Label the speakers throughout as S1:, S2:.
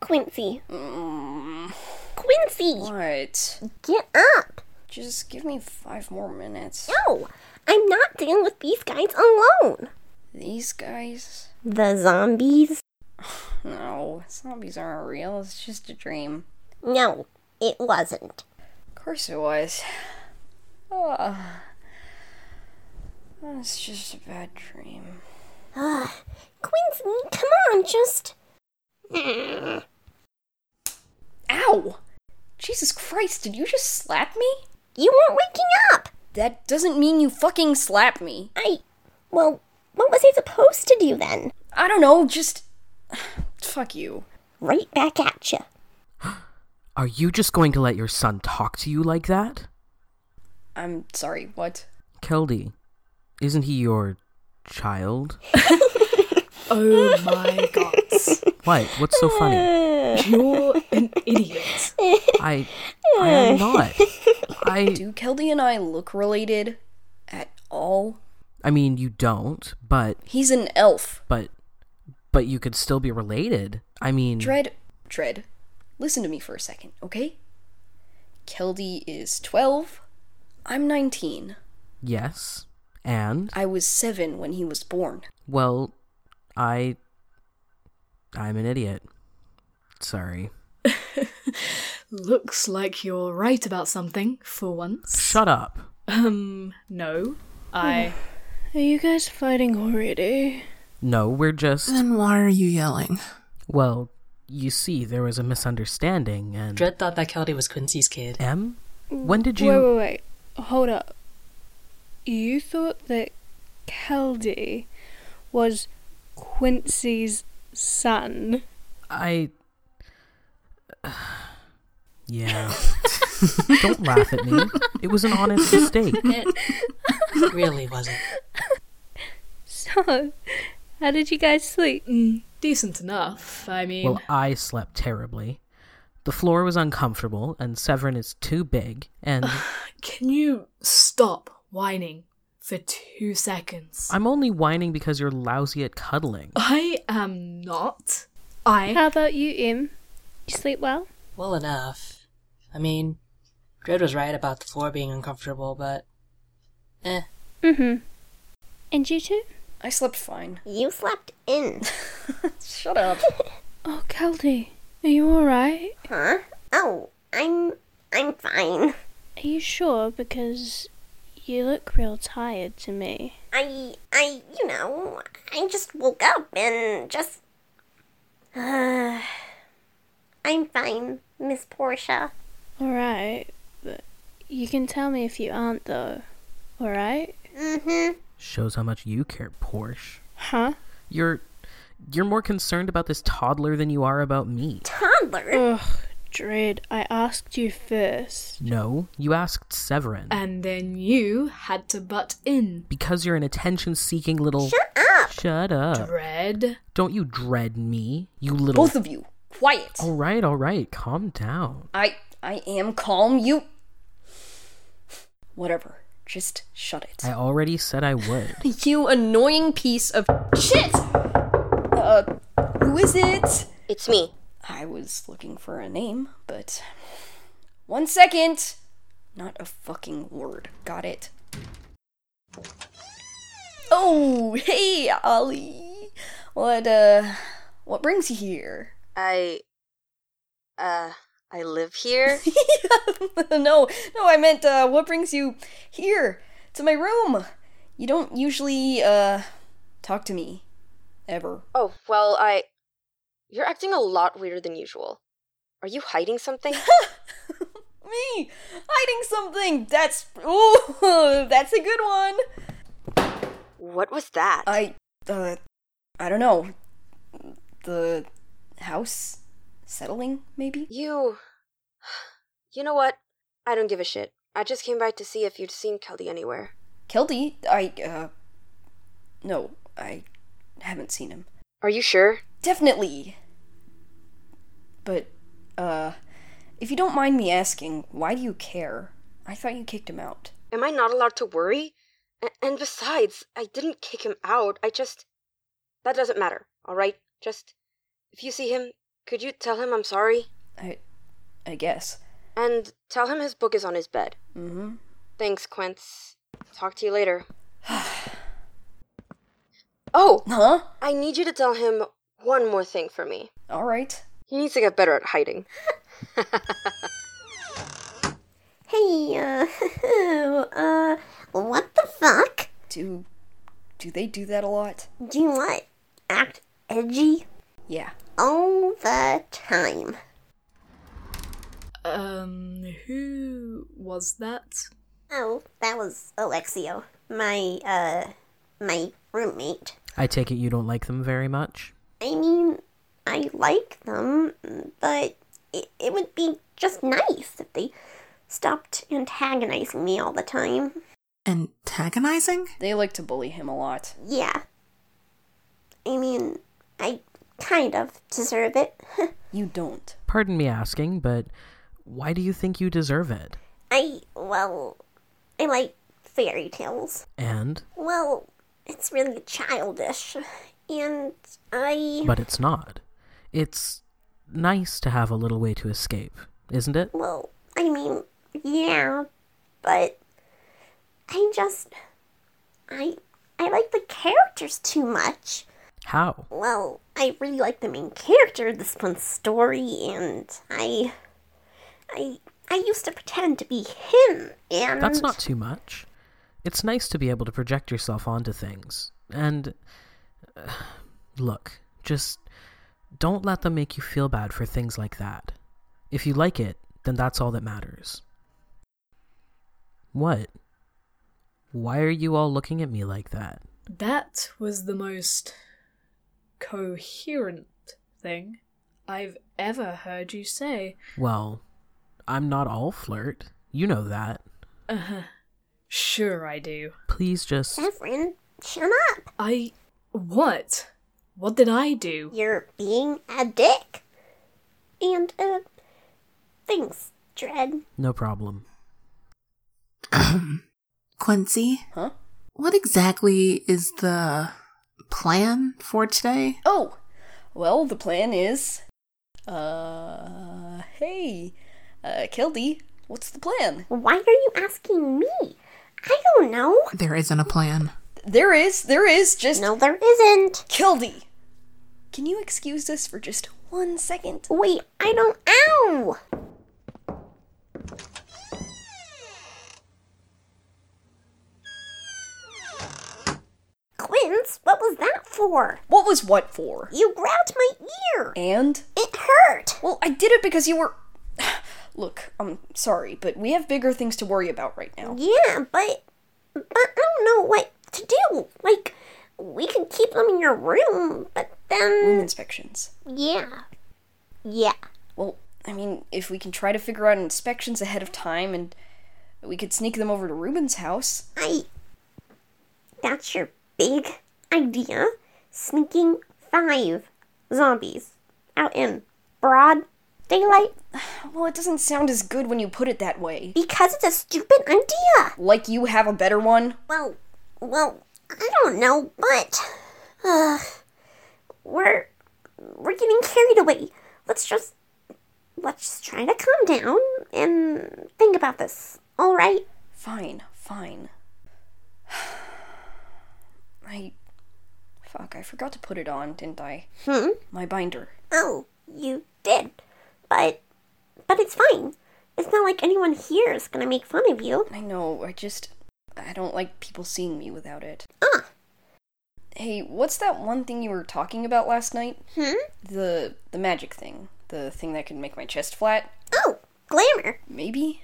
S1: Quincy.
S2: Mm,
S1: Quincy,
S2: what?
S1: get up.
S2: Just give me five more minutes.
S1: No, I'm not dealing with these guys alone.
S2: These guys?
S1: The zombies?
S2: No, zombies aren't real. It's just a dream.
S1: No, it wasn't.
S2: Of course it was. Ah, it's just a bad dream.
S1: Ugh. Quincy, come on, just. Mm.
S2: Ow! Jesus Christ, did you just slap me?
S1: You weren't waking up!
S2: That doesn't mean you fucking slap me.
S1: I. Well, what was I supposed to do then?
S2: I don't know, just. Fuck you.
S1: Right back at you.
S3: Are you just going to let your son talk to you like that?
S2: I'm sorry, what?
S3: Keldy, isn't he your child?
S4: Oh my god.
S3: What? What's so funny?
S4: You're an idiot.
S3: I I am not. I
S2: Do Keldy and I look related? At all?
S3: I mean you don't, but
S2: He's an elf.
S3: but but you could still be related. I mean
S2: Dread, Dread, listen to me for a second, okay? Keldy is 12. I'm 19.
S3: yes. And
S2: I was 7 when he was born.
S3: well I I'm an idiot. Sorry.
S4: Looks like you're right about something, for once.
S3: Shut Oh. up.
S4: Um, no. I.
S5: Are you guys fighting already?
S3: No, we're just
S6: Then why are you yelling?
S3: well, you see there was a misunderstanding and
S7: Dread thought that Keldy was Quincy's kid.
S3: M? When did
S5: Wait,
S3: you
S5: wait, wait. Hold up. You thought that Keldy was Quincy's son.
S3: I Yeah. Don't laugh at me. It was an honest mistake.
S7: It really wasn't.
S5: So, how did you guys sleep?
S4: Mm, decent enough. I mean.
S3: Well, I slept terribly. The floor was uncomfortable, and Severin is too big, and
S4: Can you stop whining for two seconds?
S3: I'm only whining because you're lousy at cuddling.
S4: I am not. I.
S5: How about you, Em? You sleep well?
S7: Well enough. I mean, Dread was right about the floor being uncomfortable, but. Eh.
S5: Mm hmm. And you too?
S2: I slept fine.
S1: You slept in.
S2: Shut up.
S5: Oh, Keldy, are you alright?
S1: Huh? Oh, I'm. I'm fine.
S5: Are you sure? Because you look real tired to me.
S1: I, I, you know, I just woke up and just. I'm fine, Miss Portia.
S5: Alright, but you can tell me if you aren't, though. Alright?
S1: Mm-hmm.
S3: Shows how much you care, Porsche.
S5: Huh?
S3: You're you're more concerned about this toddler than you are about me.
S1: Toddler.
S5: Ugh, Dread, I asked you first.
S3: No, you asked Severin.
S4: And then you had to butt in.
S3: Because you're an attention seeking little
S1: Shut up.
S3: Shut up.
S4: Dread.
S3: Don't you dread me, you little Oh.
S2: Both of you, quiet.
S3: Alright, alright, calm down.
S2: I I am calm, you Whatever. Just shut it.
S3: I already said I would.
S2: You annoying piece of shit. Uh who is it?
S1: It's me.
S2: I was looking for a name, but. One second! Not a fucking word. Got it. Oh, hey, Ollie! What, uh. What brings you here?
S8: I uh I live here.
S2: no, no, I meant, uh, what brings you here? To my room! You don't usually, uh. talk to me. Ever.
S8: oh, well, I You're acting a lot weirder than usual. Are you hiding something?
S2: me hiding something that's ooh that's a good one
S8: what was that?
S2: i uh i don't know the house settling maybe
S8: you You know what? I don't give a shit. I just came by to see if you'd seen Kelly anywhere.
S2: keldy i uh no i haven't seen him
S8: Are you sure?
S2: definitely but uh if you don't mind me asking why do you care i thought you kicked him out
S8: Am I not allowed to worry? A- and besides, I didn't kick him out. I just That doesn't matter. All right? Just if you see him, Could you tell him I'm sorry?
S2: I, I guess.
S8: And tell him his book is on his bed.
S2: Mm-hmm.
S8: Thanks, Quince. Talk to you later. oh,
S2: Huh?
S8: I need you to tell him one more thing for me.
S2: All right.
S8: He needs to get better at hiding.
S1: Hey, uh, uh, what the fuck?
S2: Do, do they do that a lot?
S1: Do you what? Act edgy
S2: Yeah.
S1: all the time.
S4: Um, who was that?
S1: Oh, that was Alexio, my, uh, my roommate.
S3: I take it you don't like them very much?
S1: I mean, I like them, but it, it would be just nice if they stopped antagonizing me all the time.
S6: Antagonizing?
S2: They like to bully him a lot.
S1: Yeah. I mean, I kind of deserve it.
S2: You don't.
S3: Pardon me asking, but why do you think you deserve it?
S1: I, well, I like fairy tales.
S3: And?
S1: Well, it's really childish. And I,
S3: But it's not. It's nice to have a little way to escape, isn't it?
S1: well, I mean, yeah, but I just, I, I like the characters too much.
S3: How?
S1: Well, I really like the main character of this one's story, and I, I, I used to pretend to be him, and
S3: That's not too much. It's nice to be able to project yourself onto things. And uh, look, just don't let them make you feel bad for things like that. If you like it, then that's all that matters. What? Why are you all looking at me like that?
S4: That was the most coherent thing I've ever heard you say.
S3: Well, I'm not all flirt. You know that.
S4: Uh huh. Sure, I do.
S3: Please just.
S1: Severin, shut up!
S4: I. What? What did I do?
S1: You're being a dick. And uh, thanks, Dread.
S3: No problem.
S6: Um, Quincy,
S2: Huh?
S6: what exactly is the plan for today?
S2: Oh, well, the plan is. Uh, hey, uh, Keldy, what's the plan?
S1: Why are you asking me? I don't know.
S6: There isn't a plan.
S2: There is, there is, just.
S1: No, there isn't.
S2: Keldy! Can you excuse us for just one second?
S1: Wait, I don't. Ow! Quince, what was that for?
S2: What was what for?
S1: You grabbed my ear.
S2: And?
S1: It hurt.
S2: Well, I did it because you were. Look, I'm sorry, but we have bigger things to worry about right now.
S1: Yeah, but but I don't know what to do. Like we could keep them in your room, but
S2: Room
S1: then
S2: inspections.
S1: yeah. Yeah.
S2: Well, I mean, if we can try to figure out inspections ahead of time and we could sneak them over to Ruben's house.
S1: I That's your big idea. Sneaking five zombies out in broad daylight
S2: Well, it doesn't sound as good when you put it that way.
S1: because it's a stupid idea.
S2: Like you have a better one?
S1: Well, well, I don't know, but uh, we're we're getting carried away. Let's just let's just try to calm down and think about this. All right.
S2: Fine, fine. I. Fuck, I forgot to put it on, didn't I?
S1: Hmm.
S2: My binder.
S1: Oh, you did, but but it's fine. It's not like anyone here is gonna make fun of you.
S2: I know, I just. I don't like people seeing me without it.
S1: Ah.
S2: Hey, what's that one thing you were talking about last night?
S1: Hmm.
S2: The the magic thing. The thing that could make my chest flat?
S1: Oh, glamour.
S2: Maybe?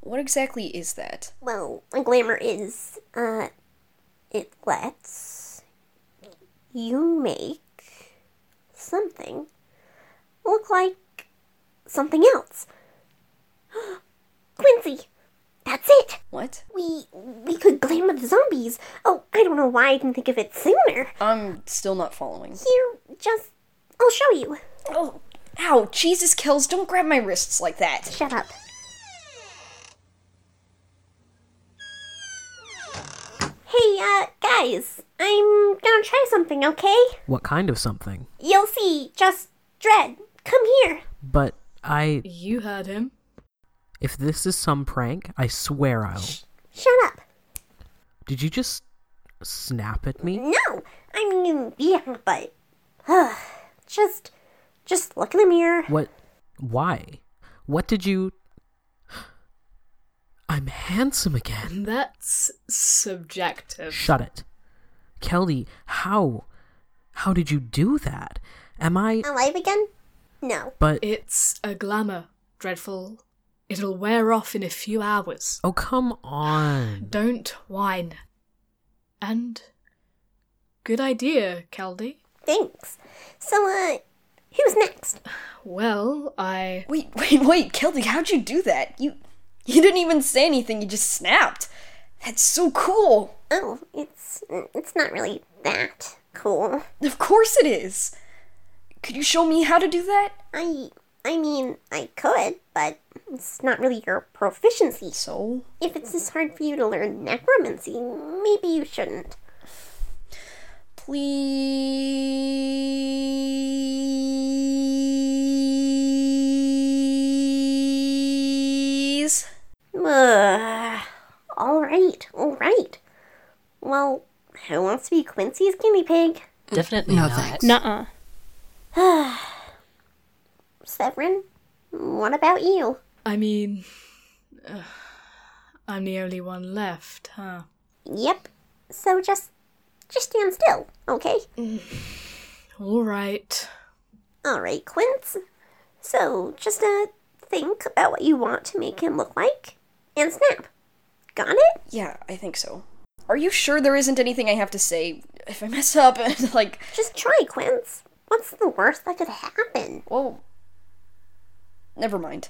S2: What exactly is that?
S1: Well, glamour is uh, it lets you make something look like something else. Quincy, that's it.
S2: What?
S1: We we could glamour the zombies. Oh, I don't know why I didn't think of it sooner.
S2: I'm still not following.
S1: Here, just I'll show you.
S2: Oh, ow, Jesus Kells, don't grab my wrists like that.
S1: Shut up. Hey, uh, guys, I'm gonna try something, okay?
S3: What kind of something?
S1: You'll see, just Dread, come here.
S3: But I.
S4: You heard him.
S3: If this is some prank, I swear I'll.
S1: Shut up.
S3: Did you just snap at me?
S1: No, I mean, yeah, but. Ugh, just. Just look in the mirror.
S3: What? Why? What did you. I'm handsome again.
S4: That's subjective.
S3: Shut it. Kelly, how? How did you do that? Am I.
S1: Alive again? No.
S3: But.
S4: It's a glamour, dreadful. It'll wear off in a few hours.
S3: Oh, come on.
S4: Don't whine. And good idea, Caldy.
S1: Thanks. So, uh, who's next?
S4: Well, I
S2: Wait, wait, wait, Keldy, how'd you do that? You you didn't even say anything, you just snapped. That's so cool.
S1: Oh, it's. It's not really that cool.
S2: Of course it is. Could you show me how to do that?
S1: I. I mean, I could, but it's not really your proficiency.
S2: So,
S1: If it's this hard for you to learn necromancy, maybe you shouldn't.
S2: please.
S1: Ugh. All right, all right. Well, who wants to be Quincy's guinea pig?
S7: Definitely
S6: no
S7: not.
S6: thanks.
S5: Nuh-uh.
S1: Severin, what about you?
S4: I mean ugh, I'm the only one left, huh?
S1: Yep. So just, just stand still, okay?
S4: All right.
S1: All right, Quince. So just uh, think about what you want to make him look like, and snap. Got it?
S2: Yeah, I think so. Are you sure there isn't anything I have to say? If I mess up, like,
S1: Just try, Quince. What's the worst that could happen?
S2: well, never mind.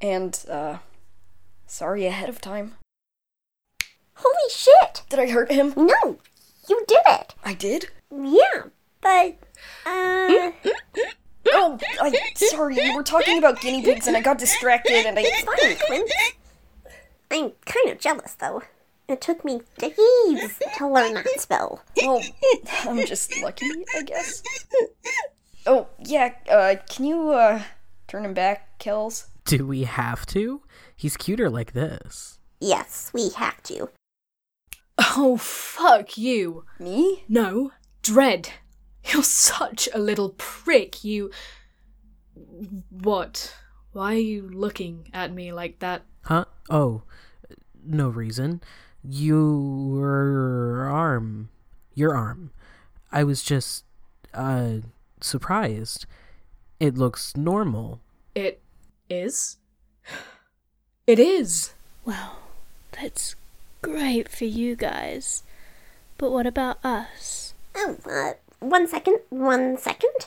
S2: And, uh, sorry ahead of time.
S1: Holy shit!
S2: Did I hurt him?
S1: No, you did it.
S2: I did?
S1: Yeah, but uh,
S2: Oh, I, sorry, we were talking about guinea pigs and I got distracted and I.
S1: it's fine, Quince. I'm kind of jealous though. It took me days to learn that spell.
S2: Well, I'm just lucky, I guess. Oh, yeah, uh, can you, uh, turn him back, Kells?
S3: Do we have to? He's cuter like this.
S1: Yes, we have to.
S4: Oh fuck you.
S2: Me?
S4: No, Dread. You're such a little prick. You what? Why are you looking at me like that?
S3: Huh? Oh, no reason. Your arm. Your arm. I was just, uh, surprised. It looks normal.
S4: It is? It is.
S5: Well, that's great for you guys. But what about us?
S1: Oh, uh, one second, one second.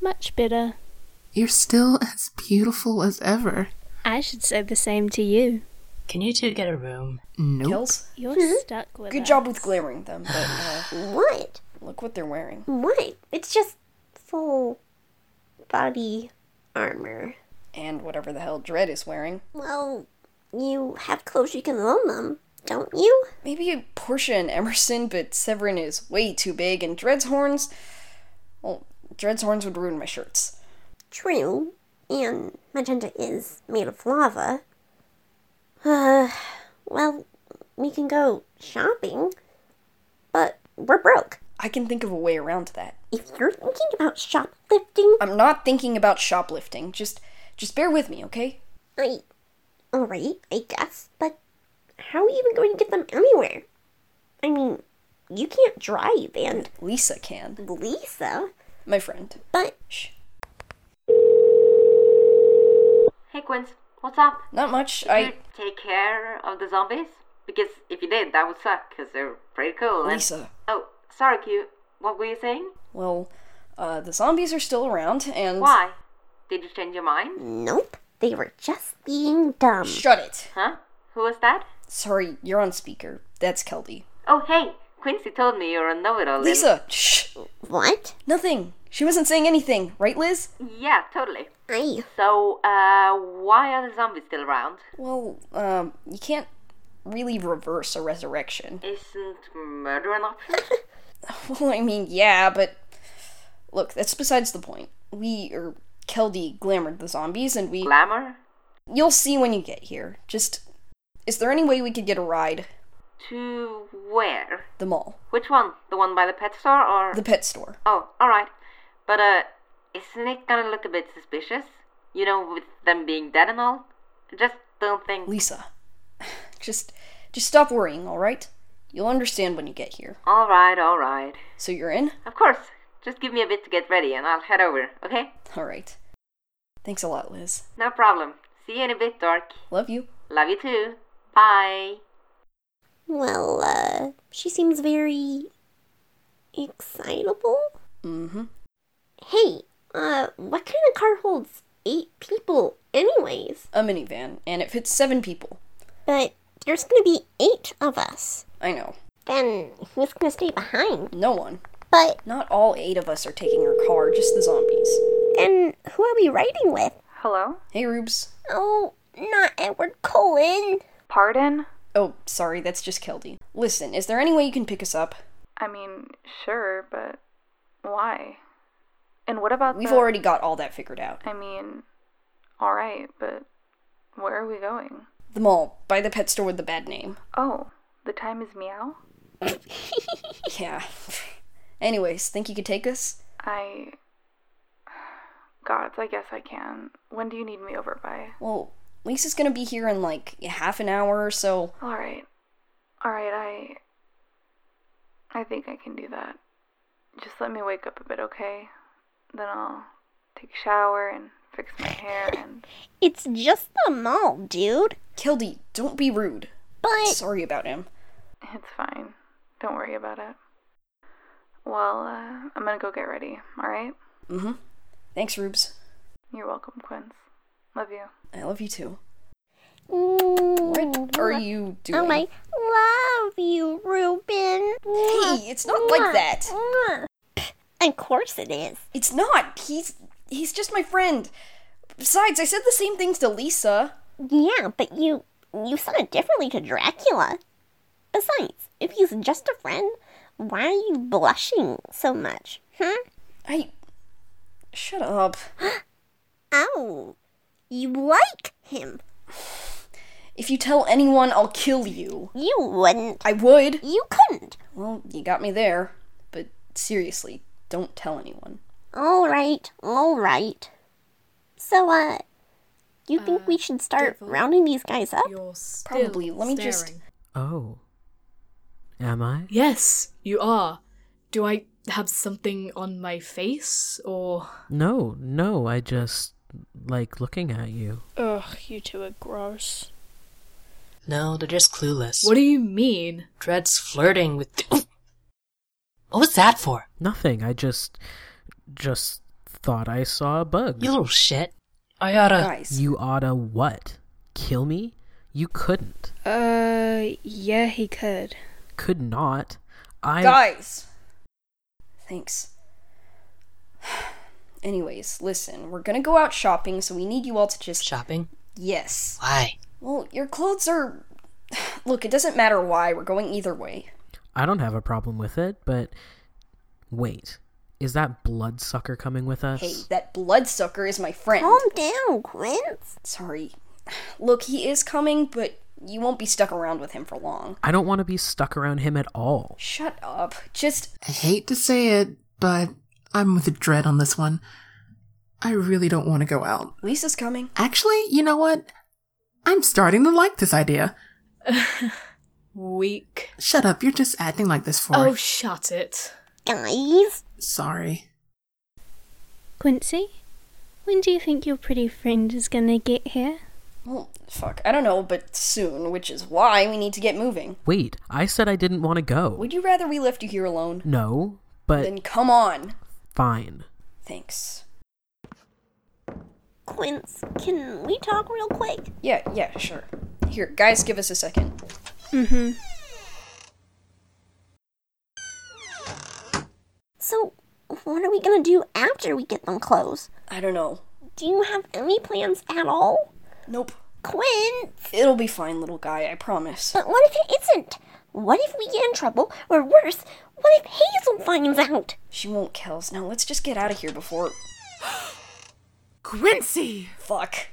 S5: Much better.
S6: You're still as beautiful as ever.
S5: I should say the same to you.
S7: Can you two get a room?
S6: Nope.
S2: Kells?
S5: You're stuck with
S2: Good
S5: us.
S2: job with glaring them, but, uh,
S1: What?
S2: look what they're wearing.
S1: What? It's just full body armor.
S2: And whatever the hell Dread is wearing.
S1: Well, you have clothes you can loan them, don't you?
S2: Maybe Portia and Emerson, but Severin is way too big, and Dread's horns. Well, Dread's horns would ruin my shirts.
S1: True, and magenta is made of lava. Uh, well, we can go shopping, but we're broke.
S2: I can think of a way around that.
S1: If you're thinking about shoplifting,
S2: I'm not thinking about shoplifting. Just just bear with me, okay?
S1: I. Alright, I guess, but how are you even going to get them anywhere? I mean, you can't drive, and
S2: Lisa can.
S1: Lisa,
S2: My friend.
S1: but
S9: Hey Quince, what's up?
S2: Not much.
S9: Did you
S2: I
S9: take care of the zombies? Because if you did, that would suck, because they're pretty cool. and-
S2: Lisa.
S9: Oh, sorry, Q. What were you saying?
S2: Well, uh the zombies are still around and
S9: Why? Did you change your mind?
S1: nope, they were just being dumb.
S2: Shut it.
S9: Huh? Who was that?
S2: Sorry, you're on speaker. That's Keldy.
S9: Oh, hey! Quincy told me you're a know-it-all.
S2: Lisa, shh.
S1: What?
S2: Nothing. She wasn't saying anything, right, Liz?
S9: and- Yeah, totally.
S1: I.
S9: So, uh, why are the zombies still around?
S2: Well, um, you can't really reverse a resurrection.
S9: Isn't murder an option?
S2: Well, I mean, yeah, but Look, that's besides the point. We, or Keldy, glamored the zombies, and we.
S9: Glamour?
S2: You'll see when you get here. Just. Is there any way we could get a ride?
S9: To where?
S2: The mall.
S9: Which one? The one by the pet store or?
S2: The pet store.
S9: Oh, alright. But, uh, isn't it gonna look a bit suspicious? You know, with them being dead and all? I Just don't think.
S2: Lisa. Just. Just stop worrying, alright? You'll understand when you get here.
S9: Alright, alright.
S2: So you're in?
S9: Of course. Just give me a bit to get ready and I'll head over, okay?
S2: Alright. Thanks a lot, Liz.
S9: No problem. See you in a bit, Dork.
S2: Love you.
S9: Love you too. Bye.
S1: Well, uh, she seems very excitable.
S2: Mm hmm.
S1: Hey, uh, what kind of car holds eight people, anyways?
S2: A minivan, and it fits seven people.
S1: But there's gonna be eight of us.
S2: I know.
S1: Then who's gonna stay behind?
S2: No one.
S1: But
S2: Not all eight of us are taking her car, just the zombies.
S1: then who are we riding with?
S10: Hello?
S2: Hey, Rubes.
S1: Oh, not Edward Cullen.
S10: Pardon?
S2: Oh, sorry, that's just Keldy. Listen, is there any way you can pick us up?
S10: I mean, sure, but why? And what about
S2: We've
S10: the-
S2: already got all that figured out.
S10: I mean, alright, but where are we going?
S2: The mall, by the pet store with the bad name.
S10: Oh, the time is meow?
S2: Yeah. Anyways, think you could take us?
S10: I. Gods, I guess I can. When do you need me over by?
S2: Well, Lisa's gonna be here in like half an hour or so.
S10: Alright. Alright, I. I think I can do that. Just let me wake up a bit, okay? Then I'll take a shower and fix my hair and.
S1: It's just the mall, dude.
S2: Keldy, don't be rude.
S1: But
S2: Sorry about him.
S10: It's fine. Don't worry about it. Well, uh, I'm gonna go get ready, alright?
S2: Mm hmm. Thanks, Rubes.
S10: You're welcome, Quince. Love you.
S2: I love you too.
S1: Mm,
S2: What are you doing?
S1: Oh my, love you, Reuben.
S2: Hey, it's not like that.
S1: Of course it is.
S2: It's not. He's he's just my friend. Besides, I said the same things to Lisa.
S1: Yeah, but you you said it differently to Dracula. Besides, if he's just a friend, why are you blushing so much? Huh?
S2: I Shut up.
S1: Oh, you like him?
S2: If you tell anyone, I'll kill you.
S1: You wouldn't.
S2: I would.
S1: You couldn't.
S2: Well, you got me there. But seriously, don't tell anyone.
S1: All right, all right. So, uh, you think
S4: Uh,
S1: we should start
S4: Devil,
S1: rounding these guys up?
S4: You're still
S2: Probably. Let me just-
S4: staring.
S3: Oh. Am I?
S4: Yes, you are. Do I have something on my face or
S3: No, no, I just like looking at you.
S5: Ugh, you two are gross.
S7: No, they're just clueless.
S4: what do you mean?
S7: Dred's flirting with. Oh! what was that for?
S3: Nothing. I just just thought I saw a bug.
S7: You little shit. I oughta.
S2: Guys.
S3: Uh, You oughta what? Kill me? You couldn't.
S5: Uh, yeah, he could.
S3: Could not. I
S2: Guys. Thanks. Anyways, listen, we're gonna go out shopping, so we need you all to just
S7: Shopping?
S2: Yes.
S7: Why?
S2: Well, your clothes are Look, it doesn't matter why, we're going either way.
S3: I don't have a problem with it, but wait. Is that bloodsucker coming with us?
S2: Hey, that bloodsucker is my friend.
S1: Calm down, Quince.
S2: Sorry. Look, he is coming, but you won't be stuck around with him for long.
S3: I don't want to be stuck around him at all.
S2: Shut up. Just
S6: I hate to say it, but I'm with Dread on this one. I really don't want to go out.
S2: Lisa's coming.
S6: Actually, you know what? I'm starting to like this idea.
S4: Weak.
S6: Shut up, you're just acting like this for.
S4: Oh, shut it.
S1: Guys,
S6: Sorry.
S5: Quincy, when do you think your pretty friend is gonna get here?
S2: Well, fuck. I don't know, but soon, which is why we need to get moving.
S3: Wait, I said I didn't want to go.
S2: Would you rather we left you here alone?
S3: No, Oh. but
S2: Then come on.
S3: fine.
S2: Thanks.
S1: Quince, can we talk real quick?
S2: Yeah, yeah, sure. Here, guys, give us a second.
S5: Mm hmm.
S1: So, what are we gonna do after we get them clothes?
S2: I don't know.
S1: Do you have any plans at all?
S2: Nope.
S1: Quince?
S2: It'll be fine, little guy, I promise.
S1: But what if it isn't? What if we get in trouble, or worse, What if Hazel finds out?
S2: She won't, Kels. Now let's just get out of here before.
S11: Quincy!
S2: Fuck.